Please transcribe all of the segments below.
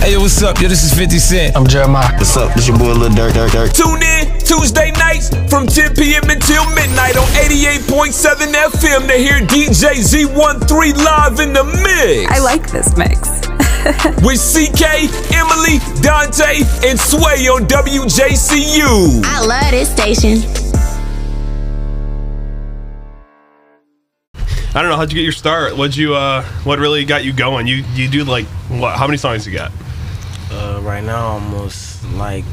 Hey, yo, what's up? Yo, this is 50 Cent. I'm Jeremiah. What's up? This your boy Lil Durk, Durk, Durk. Tune in Tuesday nights from 10 p.m. until midnight on 88.7 FM to hear DJ Z13 live in the mix. I like this mix. With CK, Emily, Dante, and Sway on WJCU. I love this station. I don't know how'd you get your start. What'd you uh, what really got you going? You you do like what? How many songs you got? Uh, right now, almost like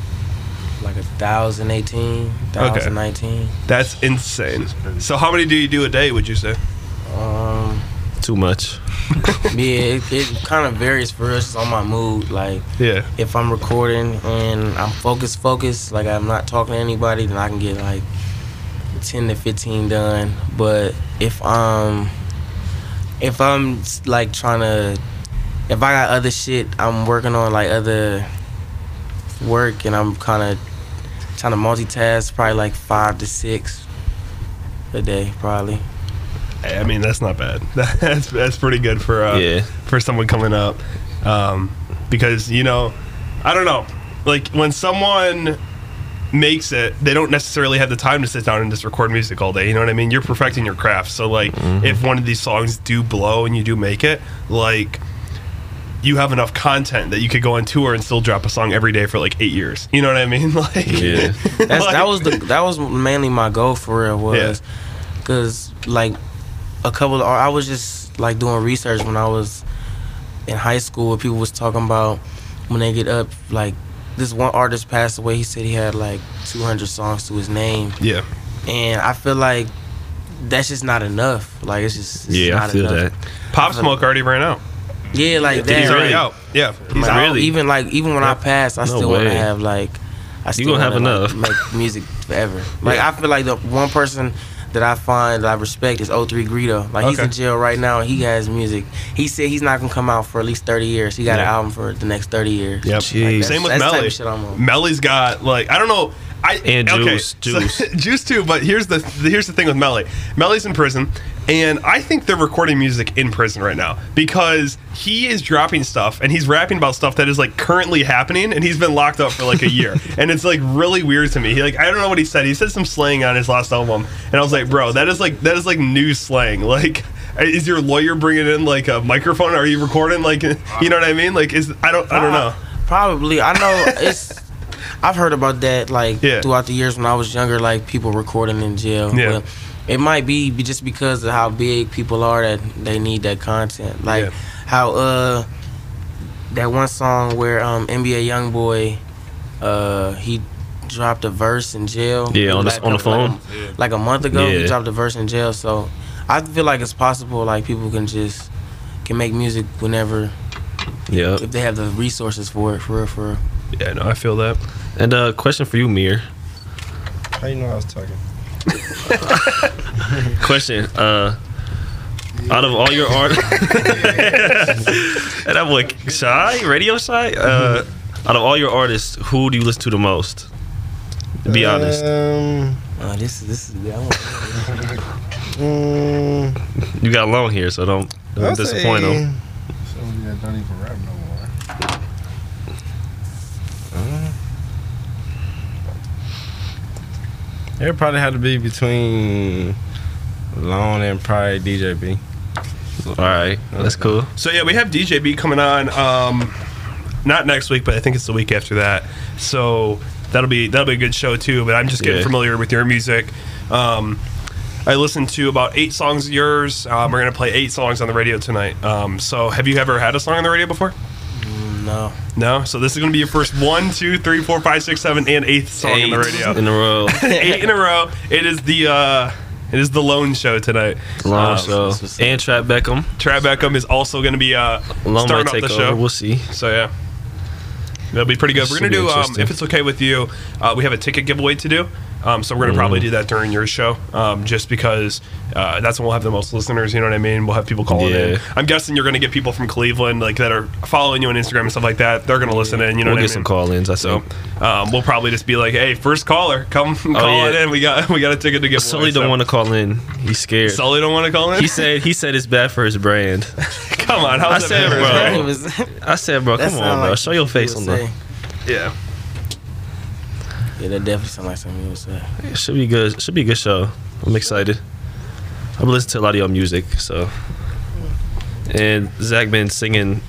like a thousand eighteen, Okay. thousand nineteen. That's insane. So how many do you do a day? Would you say? Um, Too much. yeah, it, it kind of varies for us on my mood. Like Yeah. if I'm recording and I'm focused, focused, like I'm not talking to anybody, then I can get like 10 to 15 done. But if I'm, if I'm like trying to, if I got other shit I'm working on, like other work, and I'm kind of trying to multitask, probably like five to six a day, probably. I mean that's not bad. That's that's pretty good for uh, Yeah. for someone coming up, um, because you know, I don't know. Like when someone makes it, they don't necessarily have the time to sit down and just record music all day. You know what I mean? You're perfecting your craft. So like, Mm-hmm. if one of these songs do blow and you do make it, like you have enough content that you could go on tour and still drop a song every day for like eight years. You know what I mean? Like, Yeah. That's, like- that was the that was mainly my goal for real was because like a couple of I was just like doing research when I was in high school where people was talking about when they get up like this one artist passed away he said he had like 200 songs to his name yeah. and I feel like that's just not enough like it's just it's Yeah, not I feel enough. that. Pop Smoke already ran out. that yeah like that He's already like, out. Yeah. He's like, out. Really? even like even when I pass I No still want to way. have like I still gonna have wanna, like, enough. make music forever. Like I feel like the one person that I find that I respect is O3 Greedo. Like he's Okay. in jail right now and he has music. He said he's not gonna come out for at least thirty years. He got an Yeah. album for the next thirty years. Yep. Jeez. Same with That's the type Melly. of shit I'm on. Melly's got like I don't know. I, And okay, Juice, Juice. juice too. But here's the here's the thing with Melly. Melly's in prison, and I think they're recording music in prison right now because he is dropping stuff and he's rapping about stuff that is like currently happening, and he's been locked up for like a year, and it's like really weird to me. He like I don't know what he said. He said some slang on his last album, and I was like, bro, that is like that is like new slang. Like, is your lawyer bringing in like a microphone? Are you recording like you know what I mean? Like, is I don't I don't know. Uh-uh. Probably. I know it's. I've heard about that like Yeah. throughout the years when I was younger, like people recording in jail. Yeah. But it might be be- just because of how big people are that they need that content. Like Yeah. how uh that one song where um NBA YoungBoy uh he dropped a verse in jail. Yeah, on the- Like, on the like a- phone. Like, a month ago he Yeah. dropped a verse in jail. So I feel like it's possible like people can just can make music whenever Yep. if they have the resources for it, for real, for real. Yeah, no, I feel that. And uh, question for you, Mir. How you know I was talking? Question. Uh, out of all your art, and I'm like shy, radio shy. Uh, Mm-hmm. out of all your artists, who do you listen to the most? To be Uh, honest, Um, Oh, this is this is mm, you got long here, so don't, I'll don't disappoint say- them. Somebody that don't even rap no more. Uh, it probably had to be between Lone and probably DJ B. All right, that's cool. So yeah, we have DJ B coming on. Um, not next week, but I think it's the week after that. So that'll be that'll be a good show too. But I'm just getting Yeah. familiar with your music. Um, I listened to about eight songs of yours. Um, we're gonna play eight songs on the radio tonight. Um, so have you ever had a song on the radio before? no. No. So this is gonna be your first one, two, three, four, five, six, seven, and eighth song on the Eight radio. in a row. eight in a row. It is the uh, it is the lone show tonight. Um, Long show. And Trap Beckham. Trav Beckham is also going to be uh, Long might starting off take the over. show. We'll see. So yeah, that'll be pretty good. This We're gonna should be do um, interesting. if it's okay with you. Uh, we have a ticket giveaway to do. Um, so we're gonna probably Mm-hmm. do that during your show, um, just because uh, that's when we'll have the most listeners. You know what I mean? We'll have people calling Yeah. in. I'm guessing you're gonna get people from Cleveland, like that are following you on Instagram and stuff like that. They're gonna listen in. You know we'll what get I mean? some call-ins. I So so um, we'll probably just be like, "Hey, first caller, come call Oh, yeah. it in. We got we got a ticket to give." Sully don't want to call in. He's scared. Sully don't want to call in. He said he said it's bad for his brand. Come on, I how's that said, fair, bro. bro? It was- I said, bro, that come on, sound bro. like Show your something face you on would the. Yeah. say. Yeah, that definitely sound like something you would say. It should be good. Should be a good show. I'm excited. I've listened to a lot of your music, so. And Zach been singing,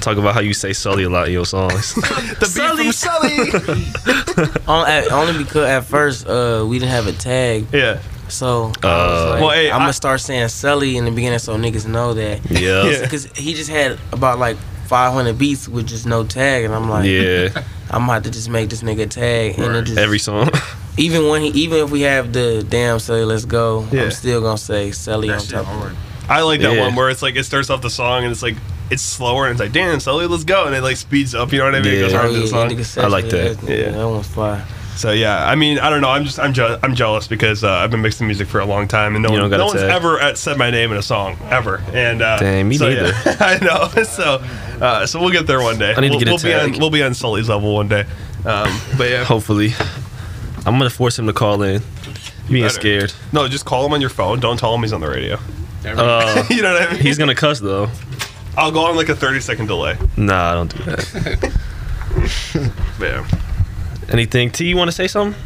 talk about how you say Sully a lot in your songs. The beat from Sully. On- at- Only because at first uh, we didn't have a tag, yeah. so Uh, Well, hey, I'm I- gonna start saying Sully in the beginning so niggas know that. yeah. Yeah. Because he just had about like 500 beats with just no tag, and I'm like, Yeah. I'm about to just make this nigga tag, and it just Every song. even when he even if we have the damn Sully, let's go. Yeah. I'm still gonna say Sully That on shit top. of hard. I like that Yeah. one where it's like it starts off the song and it's like it's slower and it's like damn Sully, let's go, and it like speeds up. You know what I mean? It Yeah. goes Oh, hard to the yeah, song. that nigga I like Sully, that. Yeah. That one's fly. So yeah, I mean, I don't know. I'm just I'm je- I'm jealous because uh, I've been mixing music for a long time, and no, You one, don't got no a one's tag. ever uh, said my name in a song ever. And uh, Dang, me so, neither. yeah. I know. So uh, so we'll get there one day. I need to we'll, get a we'll be tag. on we'll be on Sully's level one day. Um, but yeah, Hopefully. I'm gonna force him to call in. You being better. scared. no, just call him on your phone. Don't tell him he's on the radio. Uh, you know what I mean? he's gonna cuss though. I'll go on like a 30 second delay. Nah, don't do that. But yeah. Anything? T, you want to say something?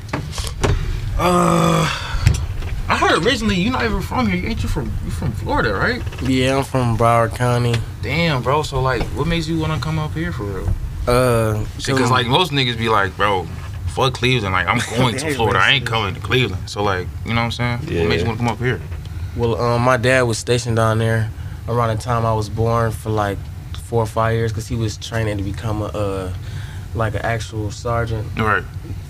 I heard originally you not even from here. Ain't you from you from Florida, right? Yeah, I'm from Broward County. Damn, bro. So like, what makes you want to come up here for real? Uh, Because like most niggas be like, bro, fuck Cleveland. Like I'm going to Florida. I ain't coming to Cleveland. So like, you know what I'm saying? Yeah. What makes you want to come up here? Well, um, my dad was stationed down there around the time I was born for like four or five years because he was training to become a uh, like an actual sergeant. Right.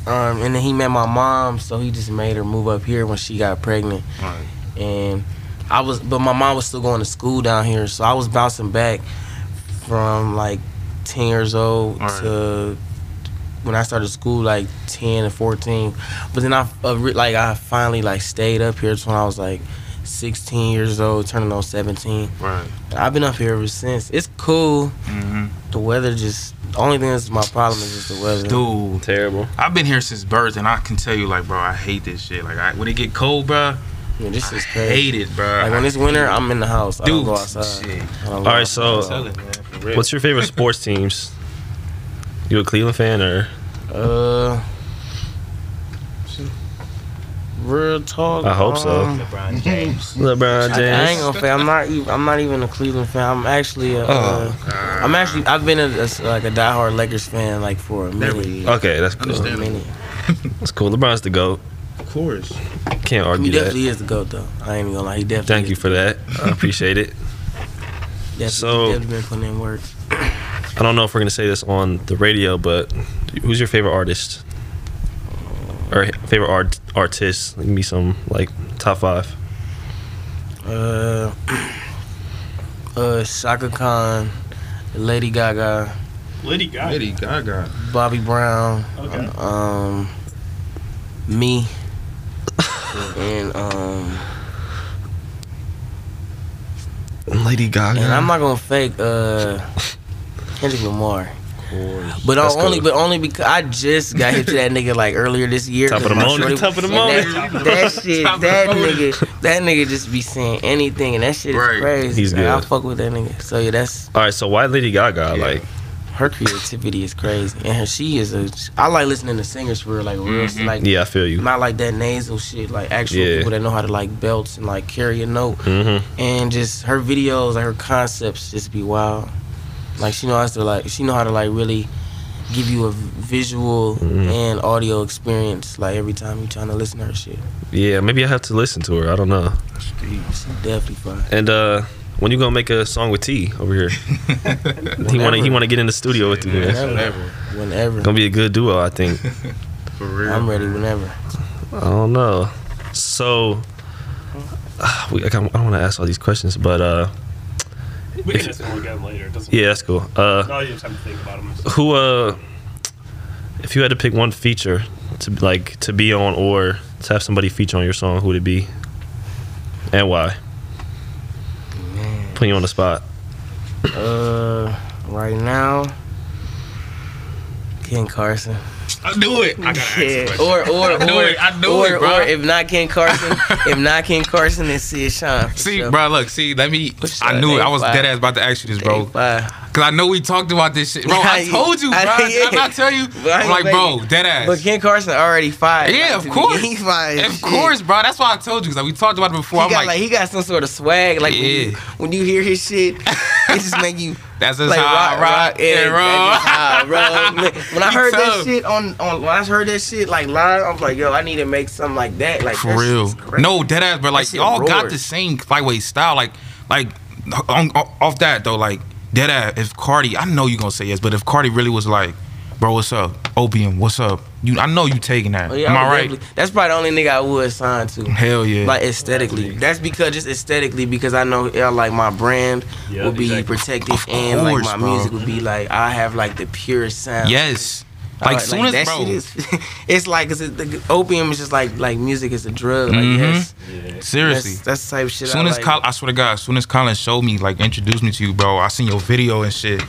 Um, and then he met my mom, so he just made her move up here when she got pregnant. Right. And I was, but my mom was still going to school down here, so I was bouncing back from like ten years old Right. to when I started school, like ten and fourteen. But then I, uh, re- like, I finally like stayed up here. That's when I was like sixteen years old, turning on seventeen. Right. I've been up here ever since. It's cool. hmm The weather just. The only thing that's my problem is just the weather. Dude, Terrible. I've been here since birth, and I can tell you, like, bro, I hate this shit. Like, I, when it get cold, bro, Yeah, this I is crazy. hate it, bro. Like when it's winter, I'm in the house. I dude, don't go outside. shit. I don't go All right, outside. so Tell it, man. for real. What's your favorite sports teams? You a Cleveland fan or uh, real talk. I hope so. um, LeBron James? LeBron I, I ain't James? gonna say I'm not. Even, I'm not even a Cleveland fan. I'm actually. A, uh, Oh. I'm actually. I've been a, a- like a diehard Lakers fan like for a There we minute. Okay, that's cool. A minute. That's cool. LeBron's the goat. Of course. Can't He argue that. definitely is the goat though. I ain't even gonna lie. He definitely. Thank you is. for that. I appreciate it. Definitely, so- he definitely been putting in work. I don't know if we're gonna say this on the radio, but who's your favorite artist or favorite art artist? Give me some like top five. Uh, uh, Shaka Khan, Lady Gaga, Lady guy. Lady Gaga. Bobby Brown. Okay. um, me, and um, Lady Gaga. and I'm not gonna fake uh, Kendrick Lamar. But That's only, cool. but only because I just got hit to that nigga like earlier this year. Top of the 'cause my morning, shorty- top of the and morning. That, that shit, Top of the that morning. nigga, that nigga just be saying anything, and that shit is Right. crazy. He's Like, I good. fuck with that nigga. So yeah, that's All right, so why Lady Gaga? Yeah. Like, her creativity is crazy, and her, she is a. I like listening to singers for real, like real, Mhm. like yeah, I feel you. not like that nasal shit, like actual Yeah. people that know how to like belts and like carry a note. hmm and just her videos, like her concepts, just be wild. Like she knows how to like she know how to like really give you a visual Mhm. and audio experience. Like every time you trying to listen to her shit, Yeah, maybe I have to listen to her. I don't know. definitely fine. And uh when you gonna make a song with T over here? he wanna he wanna get in the studio with you, man. Whenever, Whatever. whenever Gonna be a good duo, I think. For real. I'm ready. Whenever I don't know. So, uh, we, I don't want to ask all these questions, but uh, We can just go again later. Doesn't yeah, that's cool. Uh, Now you have time to think about him. who, uh, if you had to pick one feature to like to be on or to have somebody feature on your song, who would it be, and why? Put you on the spot. uh, right now, Ken Carson. I knew it. I gotta ask a Yeah. question. Or or I knew or, it. I knew or, it, bro. or if not Ken Carson, if not Ken Carson, then Sid Sean. for See, sure. bro, look, see, let me. Push I that knew it. thing I was five. dead ass about to ask you this, They bro. fire. Cause I know we talked about this shit, bro. I Yeah, told you, bro. I- I, I, yeah. I tell you, But I I'm ain't like, bro, waiting. dead ass. But Ken Carson already fired. yeah, Like, of to course, me, He fired. of shit. course, bro. That's why I told you, cause like, we talked about it He before. got I'm like, like, he got some sort of swag. Like when, you, Yeah. when you hear his shit, it just make you that's just like rock, how I rock, rock, yeah, and roll. rock, bro. When I He heard tough. that shit on, on when I heard that shit like live, I'm like, yo, I need to make something like that. Like For that real. shit's crazy. No, dead ass, but like shit y'all got roars. the same flyweight style. Like, like on, on- off that though, like dead ass. If Cardi, I know you gonna say yes, but if Cardi really was like, bro, what's up, Opium, what's up? You, I know you taking that. Oh, yeah, Am I I would right? definitely- That's probably the only nigga I would sign to. Hell yeah. Like aesthetically, that's because just aesthetically, because I know yeah, like my brand Yeah, will be exactly. Mm-hmm. protected Of and course, like my bro. music will be like I have like the purest sound. yes. Like Uh, soon as that bro, shit is, it's like cause it, the opium is just like like music is a drug. Like Mhm. yes, seriously. that's, that's the type of shit. soon I as like. Col- I swear to God, soon as Colin showed me, like introduced me to you, bro, I seen your video and shit.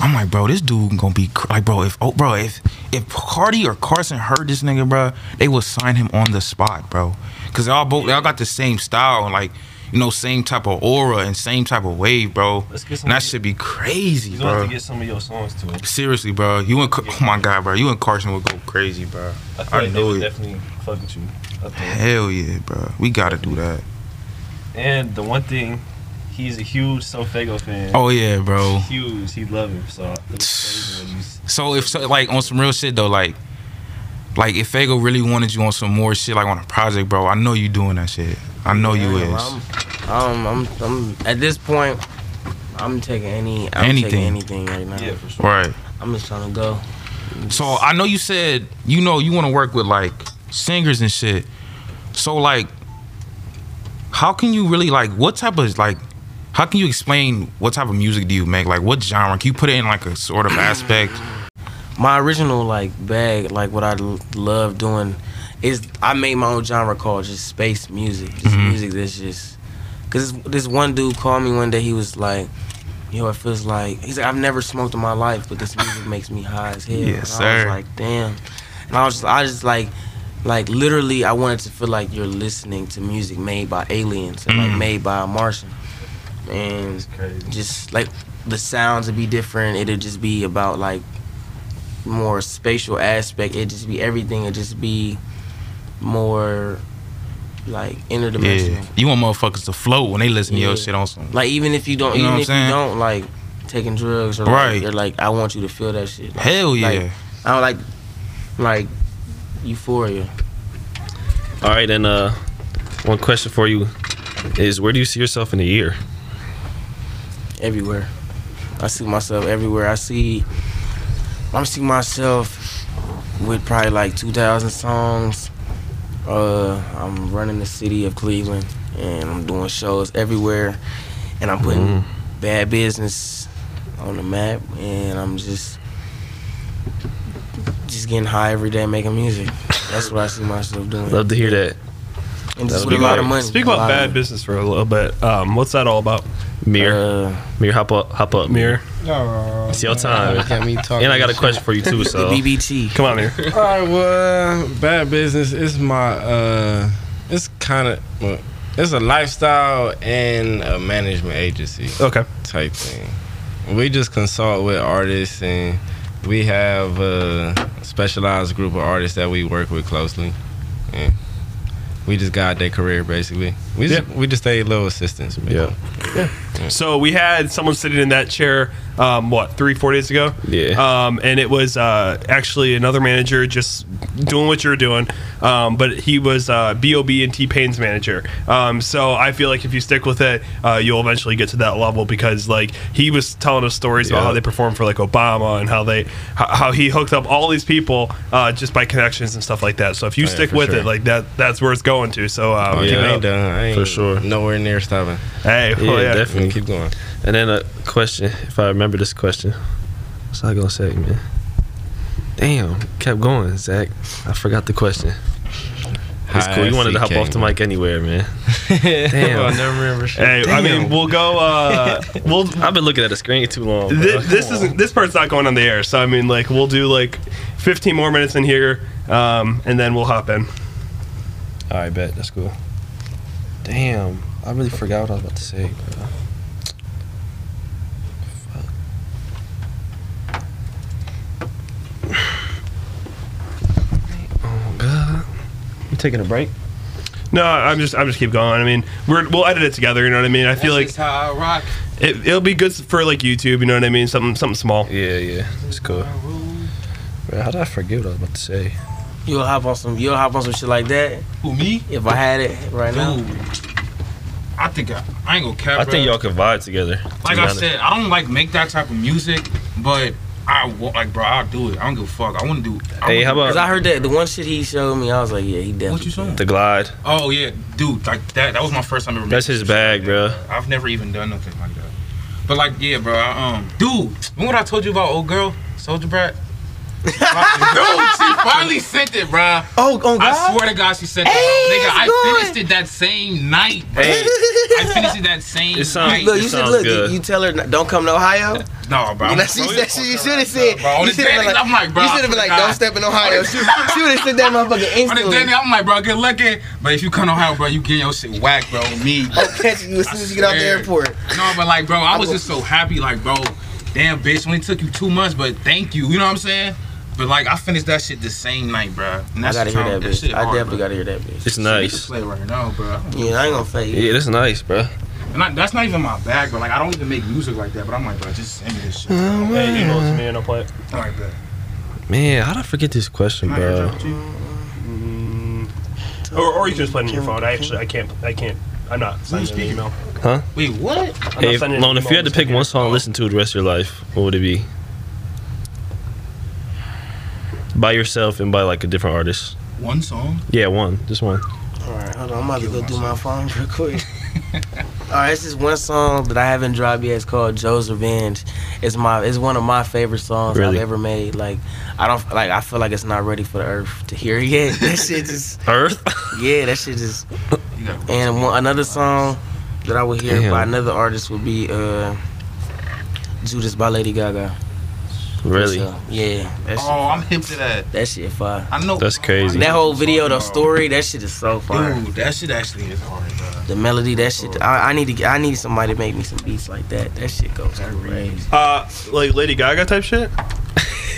I'm like, bro, this dude gonna be cr- like, bro, if oh, bro, if if Cardi or Carson heard this nigga, bro, they will sign him on the spot, bro, because y'all both y'all got the same style and like. You know, same type of aura and same type of wave, bro. Let's get some- And that should be crazy, You gonna have bro. to get some of your songs to it. Seriously, bro. You and Car- oh my god, bro. You and Carson would go crazy, bro. I, feel I like they knew would it. definitely fuck with you. I think. Hell yeah, bro. We gotta do that. And the one thing, he's a huge Sofego fan. Oh yeah, bro. Huge, he love him. So it was crazy when you. So if so, like on some real shit though, like like if Fago really wanted you on some more shit, like on a project, bro, I know you doing that shit. I know you Yeah, is. I'm, um, I'm, I'm at this point. I'm taking any I'm Anything. taking anything right now. Yeah, for sure. Right. I'm just trying to go. So I know you said you know you want to work with like singers and shit. So like, how can you really like what type of like? How can you explain what type of music do you make? Like what genre? Can you put it in like a sort of aspect? my original like bag, like what I l- love doing, is I made my own genre called just space music. Just Mhm. music that's just. Cause this, this one dude called me one day. He was like, "Yo, it feels like he's like I've never smoked in my life, but this music makes me high as hell." Yes, And I was sir. like, "Damn," and I was just, I just like, like literally, I wanted to feel like you're listening to music made by aliens and Mm. like made by a Martian, and Crazy. just like the sounds would be different. It'd just be about like more spatial aspect. It'd just be everything. It'd just be more like interdimensional. Yeah. You want motherfuckers to float when they listen to your Yeah. shit on some. Like even if you don't, You know even what I'm if saying? you don't like taking drugs or Right. like, or like I want you to feel that shit. Like, Hell yeah. Like, I don't like like euphoria. All right, and uh, one question for you is: Where do you see yourself in a year? everywhere. I see myself everywhere. I see, I'm seeing myself with probably like 2,000 songs. Uh, I'm running the city of Cleveland and I'm doing shows everywhere and I'm putting Mm-hmm. bad business on the map and I'm just just getting high every day making music. That's what I see myself doing. Love to hear that. and just with that would a be lot of great. money. Speak a about lot of bad money. business for a little bit. Um, what's that all about, Mir, Uh, Mir, hop up, hop up, Mir? It's your time. Look at me talking And I got a shit. question for you too. uh, So BBT. Come on, Mir. All right, well, bad business is my uh, it's kind of it's a lifestyle and a management agency Okay. type thing. We just consult with artists and we have a specialized group of artists that we work with closely. And we just guide their career basically. We just we just stay little assistants. Yeah. So we had someone sitting in that chair, um, what, three, four days ago? Yeah. Um, and it was uh, actually another manager just doing what you're doing. Um, but he was uh, BOB and T Pain's manager. Um, so I feel like if you stick with it, uh, you'll eventually get to that level because, like, he was telling us stories about Yeah. how they performed for, like, Obama and how they, how, how he hooked up all these people uh, just by connections and stuff like that. So if you Oh, yeah, stick for with sure. it, like, that, that's where it's going to. So um, Oh, keep yeah, I it ain't up. done. I ain't For sure. Nowhere near stopping. Hey, well, Yeah, yeah. definitely. Definitely keep going. And then a question, if I remember this question. What's I gonna say, man? Damn, kept going, Zach. I forgot the question. It's cool. You wanted to hop off the mic anywhere, man. Damn, I never remember shit. Hey, I mean, we'll go. Uh, we'll. I've been looking at the screen too long. bro. This, this isn't. This part's not going on the air. So I mean, like, we'll do like 15 more minutes in here, um, and then we'll hop in. All right, bet. That's cool. Damn, I really forgot what I was about to say, bro. Fuck. Oh, God. You taking a break? No, I'm just. I'm just keep going. I mean, we're we'll edit it together. You know what I mean? I feel like That's just how I rock. it, it'll be good for like YouTube. You know what I mean? Something something small. Yeah, yeah. It's cool. Bro, how did I forget what I was about to say? You'll hop on some. You'll hop on some shit like that Who me? if I had it right now. Dude, I think I, I ain't gonna cap. I think bro. y'all can vibe together. to Like be I honest. said, I don't like make that type of music, but I wa- like, bro, I'll do it. I don't give a fuck. I want to do. I Hey, wanna- how Cause about I heard that the one shit he showed me, I was like, yeah, he definitely. what you saying? the glide? Oh yeah, dude, like that. That was my first time ever. That's making shit his like bag, that, bro. I've never even done nothing like that. But like, yeah, bro. I, um, dude, remember what I told you about old girl, soldier brat? dude, she finally sent it, bro. Oh, oh God. I swear to God, she sent it. Hey, Nigga, it's I good. finished it that same night. Bro. Hey. I finished it that same It sounds- night. Look, It you should sounds look. good. You tell her don't come to Ohio. No, bro. I'm- That's she said she should have said. Bro, on you this should have Danny, been like, I'm like, bro. you should have been like, don't step in Ohio. She, she would have said that motherfucker On this Danny, instantly. I'm like, bro, good looking. But if you come to Ohio, bro, you getting your shit whacked, bro. Me. I'll catch you as soon as you get out the swear. airport. No, but like, bro, I was just so happy, like, bro, damn, bitch, only took you two months, but thank you. You know what I'm saying? But like, I finished that shit the same night, bro. And I that's gotta the hear time- that bitch. shit I hard, definitely bro. gotta hear that bitch. It's Shit, you nice. can Play right now, bro. Yeah, I ain't gonna fake it. Yeah, that's nice, bro. And I, that's not even my bag, bro. Like, I don't even make music like that. But I'm like, bro, just send me this shit. Uh-huh. Hey, you know it's me and I'll play it. All right, bro. Man, how did I forget this question, Can I airdrop bro? it to you? Mm. Or, or you can just play it on your phone. I actually I can't I can't I'm not sending an speaking? email. Wait, what? I'm Hey, not sending an Lone, if email you had to on pick this one song to listen to the rest of your life, what would it be? By yourself and by like a different artist. One song. Yeah, one, just one. All right, hold on. I'm about to go do my phone real quick. All right, this is one song that I haven't dropped yet. It's called Joe's Revenge. It's my, it's one of my favorite songs Really? I've ever made. Like, I don't like, I feel like it's not ready for the earth to hear yet. That shit just, Earth? yeah, that shit just. You got And one, another song that I would hear Damn. by another artist would be uh, Judas by Lady Gaga. really? So, yeah, that shit, Oh, I'm hip to that. that shit fire. I know. That's crazy. That whole video, the Bro. story, that shit is so fire. Dude, that shit actually is hard, bro. The melody, that shit. I, I need to. get- I need somebody to make me some beats like that. That shit goes crazy. Uh, like Lady Gaga type shit.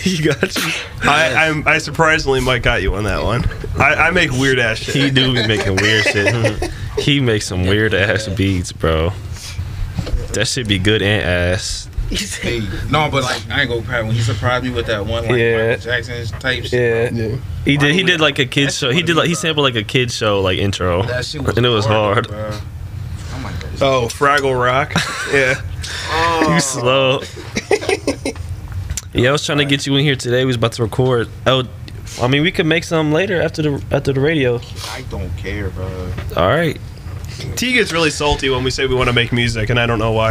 you got you. I I'm, I surprisingly Mike got you on that one. I, I make weird ass He shit. do be making weird shit. he makes some weird ass beats, bro. That should be good and ass. Hey, no, but like I ain't gonna cry when he surprised me with that one like Yeah. Michael Jackson type shit. Yeah. He did. He did like a kids show. He did like he sampled like a kids show like intro, That shit was and it was hard. bro. I'm like, bro, this- Oh, Fraggle Rock. Yeah. Oh. You slow. yeah, I was trying to get you in here today. We was about to record. Oh, I mean, we could make some later after the after the radio. I don't care, bro. All right. T gets really salty when we say we want to make music, and I don't know why.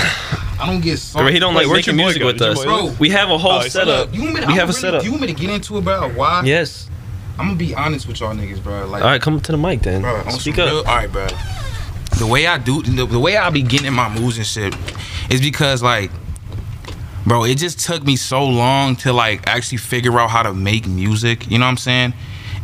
I don't get I sorry. mean, he don't Wait, like where'd your boy making music go? with Did your us. boy leave? We have a whole Oh, he set setup. You want me to, we I'm have a really- setup. You want me to get into it, bro? Why? Yes. I'm gonna be honest with y'all niggas, bro. Like, All right, come to the mic then. bro, on Speak some up. real- all right, bro. The way I do, the, the way I be getting in my moves and shit is because like, bro, it just took me so long to like actually figure out how to make music. You know what I'm saying?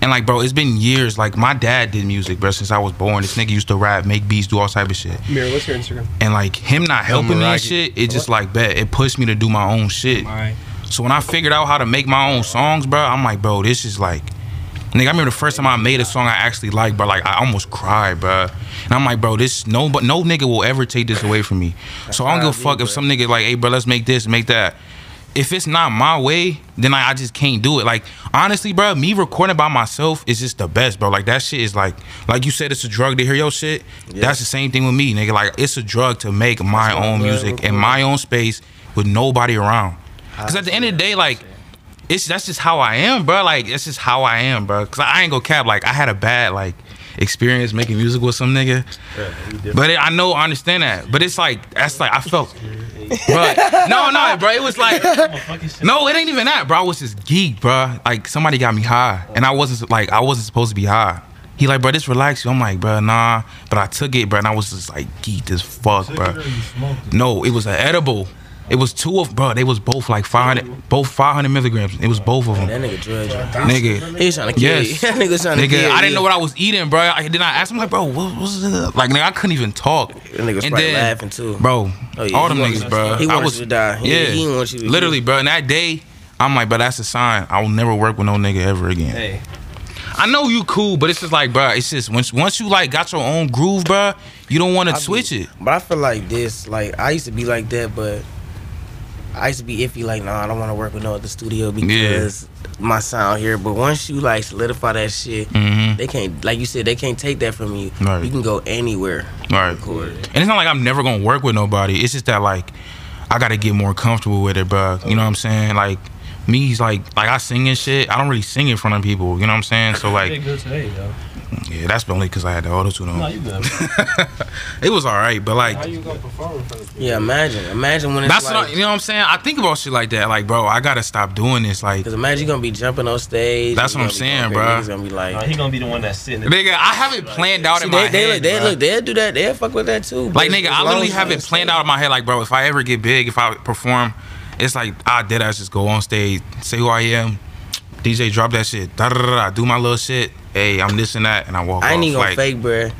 And like, bro, it's been years. Like, my dad did music, bro, since I was born. This nigga used to rap, make beats, do all type of shit. Mir, what's your Instagram? And like him not helping me Maragi. and shit, it just like bet it pushed me to do my own shit. my So when I figured out how to make my own songs, bro, I'm like, bro, this is like, nigga. I remember the first time I made a song I actually liked, bro. Like I almost cried, bro. And I'm like, bro, this no, but no nigga will ever take this away from me. So I don't give a fuck if some nigga like, hey, bro, let's make this, make that. If it's not my way, then I, I just can't do it. Like honestly, bro, me recording by myself is just the best, bro. Like that shit is like, like you said, it's a drug to hear your shit. That's the same thing with me, nigga. Like it's a drug to make my own music in my own space with nobody around. Cause at the end of the day, like it's that's just how I am, bro. Like that's just how I am, bro. Cause I ain't gonna cap. Like I had a bad like experience making music with some nigga, but it, I know I understand that. But it's like that's like I felt. But no, no, bro. It was like no, it ain't even that, bro. I was just geek, bro. Like somebody got me high, and I wasn't like I wasn't supposed to be high. He like, bro, this relax you. I'm like, bro, nah. But I took it, bro, and I was just like geeked as fuck, bro. No, it was an edible. It was two of, bro. They was both like 500, both 500 milligrams. It was both of That them, nigga Dredge. nigga. He was trying to kill you. Yes. That nigga was trying to kill Nigga, you. I didn't know what I was eating, bro. I did not ask him like, bro, what was it? Like, nigga, I couldn't even talk. That nigga was And probably then- laughing too. bro. Oh, yeah, all he them wants- niggas, bro. he I wants was you to die. He- Yeah, he wants you to- literally, bro. And that day, I'm like, bro, that's a sign. I will never work with no nigga ever again. Hey. I know you cool, but it's just like, bro. It's just once once you like got your own groove, bro. You don't want to I switch be- it. But I feel like this, like I used to be like that, but I used to be iffy, like, nah, I don't want to work with no other studio because my sound here. But once you like solidify that shit, Mhm. they can't, like you said, they can't take that from you. Right. You can go anywhere. All right. Record. And it's not like I'm never gonna work with nobody. It's just that like I gotta get more comfortable with it, bro. You know what I'm saying? Like me, he's like like I sing and shit. I don't really sing in front of people. You know what I'm saying? So like, good today, though. yeah, that's only because I had the auto tune No, on. you good. It was all right, but like How you gonna perform in front of people? Yeah, imagine, imagine when it's That's like, not, you know what I'm saying. I think about shit like that. Like, bro, I gotta stop doing this. Like, because imagine you gonna be jumping on stage. That's you what I'm gonna be going saying, crazy, bruh. Niggas gonna be Nah, like, he gonna be the one that's sitting. in the- nigga, I have it planned out See, in they, my they, head. they, bruh. look, they'll do that. They'll fuck with that too. but like, as- nigga, as I long literally as have you it planned out in my head. Like, bro, if I ever get big, if I perform, it's like I dead ass just go on stage, say who I am, DJ drop that shit, da da da, da do my little shit. Hey, I'm this and that, and I walk I ain't off. even gonna like, fake, bruh.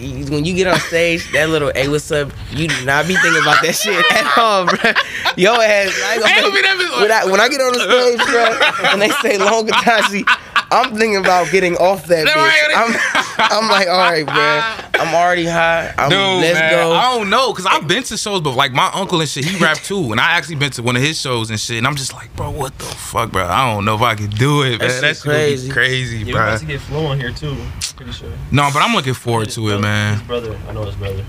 You- When you get on stage, that little "Hey, what's up?" You do not be thinking about that shit at all, bruh. Yo ass. I ain't gonna Ain't fake. gonna be that bitch like- when, I, when I get on the stage, bruh, and they say "Long Tashi," I'm thinking about getting off that That right, bitch. I'm, I'm like, all right, bruh. I'm already high. I'm, Dude, let's man, go. I don't know, cause I've been to shows, but like my uncle and shit, he rapped too, and I actually been to one of his shows and shit, and I'm just like, bro, what the fuck, bro? I don't know if I could do it, man. shit That shit crazy. crazy, crazy, Yeah, we bro. about to get Flo on here too. Pretty sure. No, but I'm looking forward His to it, brother- man. His brother, I know his brother.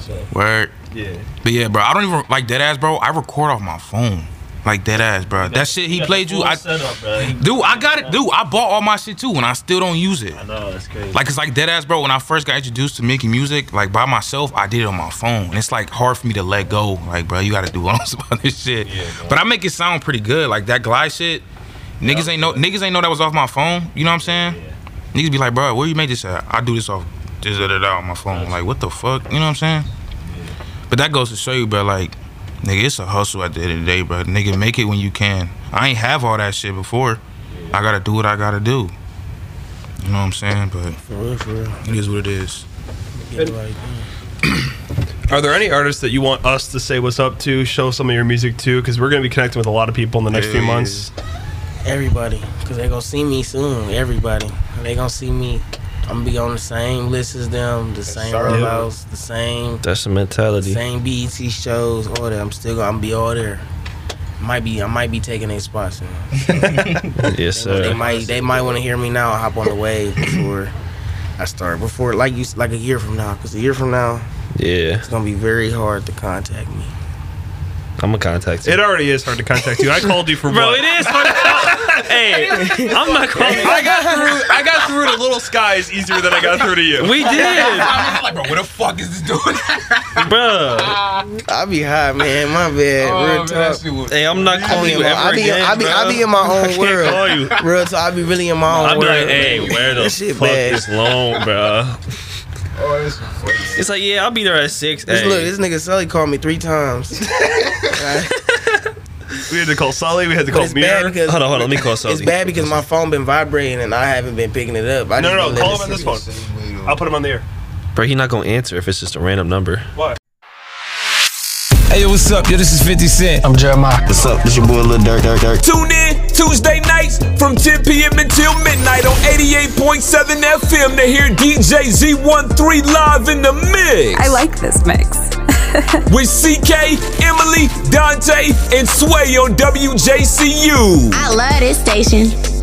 So Word. yeah. But yeah, bro, I don't even like dead ass, bro. I record off my phone, like dead ass, bro. That shit he got the played you, full I, setup, bro. He- dude, I got it, dude. I bought all my shit too, and I still don't use it. I know it's crazy. Like it's like dead ass, bro. When I first got introduced to making music, like by myself, I did it on my phone. And it's like hard for me to let go. Like, bro, you gotta do all some other shit. but I make it sound pretty good. Like that glide shit, niggas ain't know niggas ain't know that was off my phone. You know what I'm saying? Niggas be like, bro, where you made this at? I do this off this da, da, da, on my phone. Like, what the fuck? You know what I'm saying? But that goes to show you, bro, like, nigga, it's a hustle at the end of the day, bro. Nigga, make it when you can. I ain't have all that shit before. I gotta do what I gotta do. You know what I'm saying? But for real, for real. it is what it is. Get right. Are there any artists that you want us to say what's up to, show some of your music to? Because we're going to be connecting with a lot of people in the next Hell few yeah. months. Everybody, cause they gonna see me soon. Everybody, they gonna see me. I'm gonna be on the same list as them, the same rollouts, the same That's the mentality. Same BET shows, all that. I'm still gonna I'm be all there. Might be I might be taking their spots. You know? Yes, They sir. might they might want to hear me now. Hop on the wave before I start. Before like you s- like a year from now, because a year from now Yeah, it's gonna be very hard to contact me. I'm gonna contact It you. already is hard to contact you. I called you for Bro, what? it is hard to call. hey, I'm not calling. I got through. I got through to Little Skies easier than I got through to you. We did, I'm like, bro, what the fuck is this doing? bro. I be high, man. My bad. Real talk. Hey, I'm not I calling be, in you my- ever I be, again, I be, I bro. be in my own world. call you. Real talk. I be really in my own I'd be world. like, hey, where the That shit fuck bad. is loan, bro? Oh, It's like, yeah, I'll be there at six. This- hey. Look, this nigga Sully called me three times. Right? We had to call Sully. We had to But call it's bad Mirror. because Hold on, hold on. Let me call Sully. It's bad because my phone been vibrating and I haven't been picking it up. I No, just no, been no. Call him on letting this phone. I'll put him on the air. Bro, he not gonna answer if it's just a random number. Hey, yo, what's up? Yo, this is 50 Cent. I'm Jeremiah. What's up? This your boy Lil Durk Durk Durk. Tune in Tuesday nights from 10 p.m. until midnight on 88.7 FM to hear DJ Z13 live in the mix. I like this mix. with CK, Emily, Dante, and Sway on WJCU. I love this station.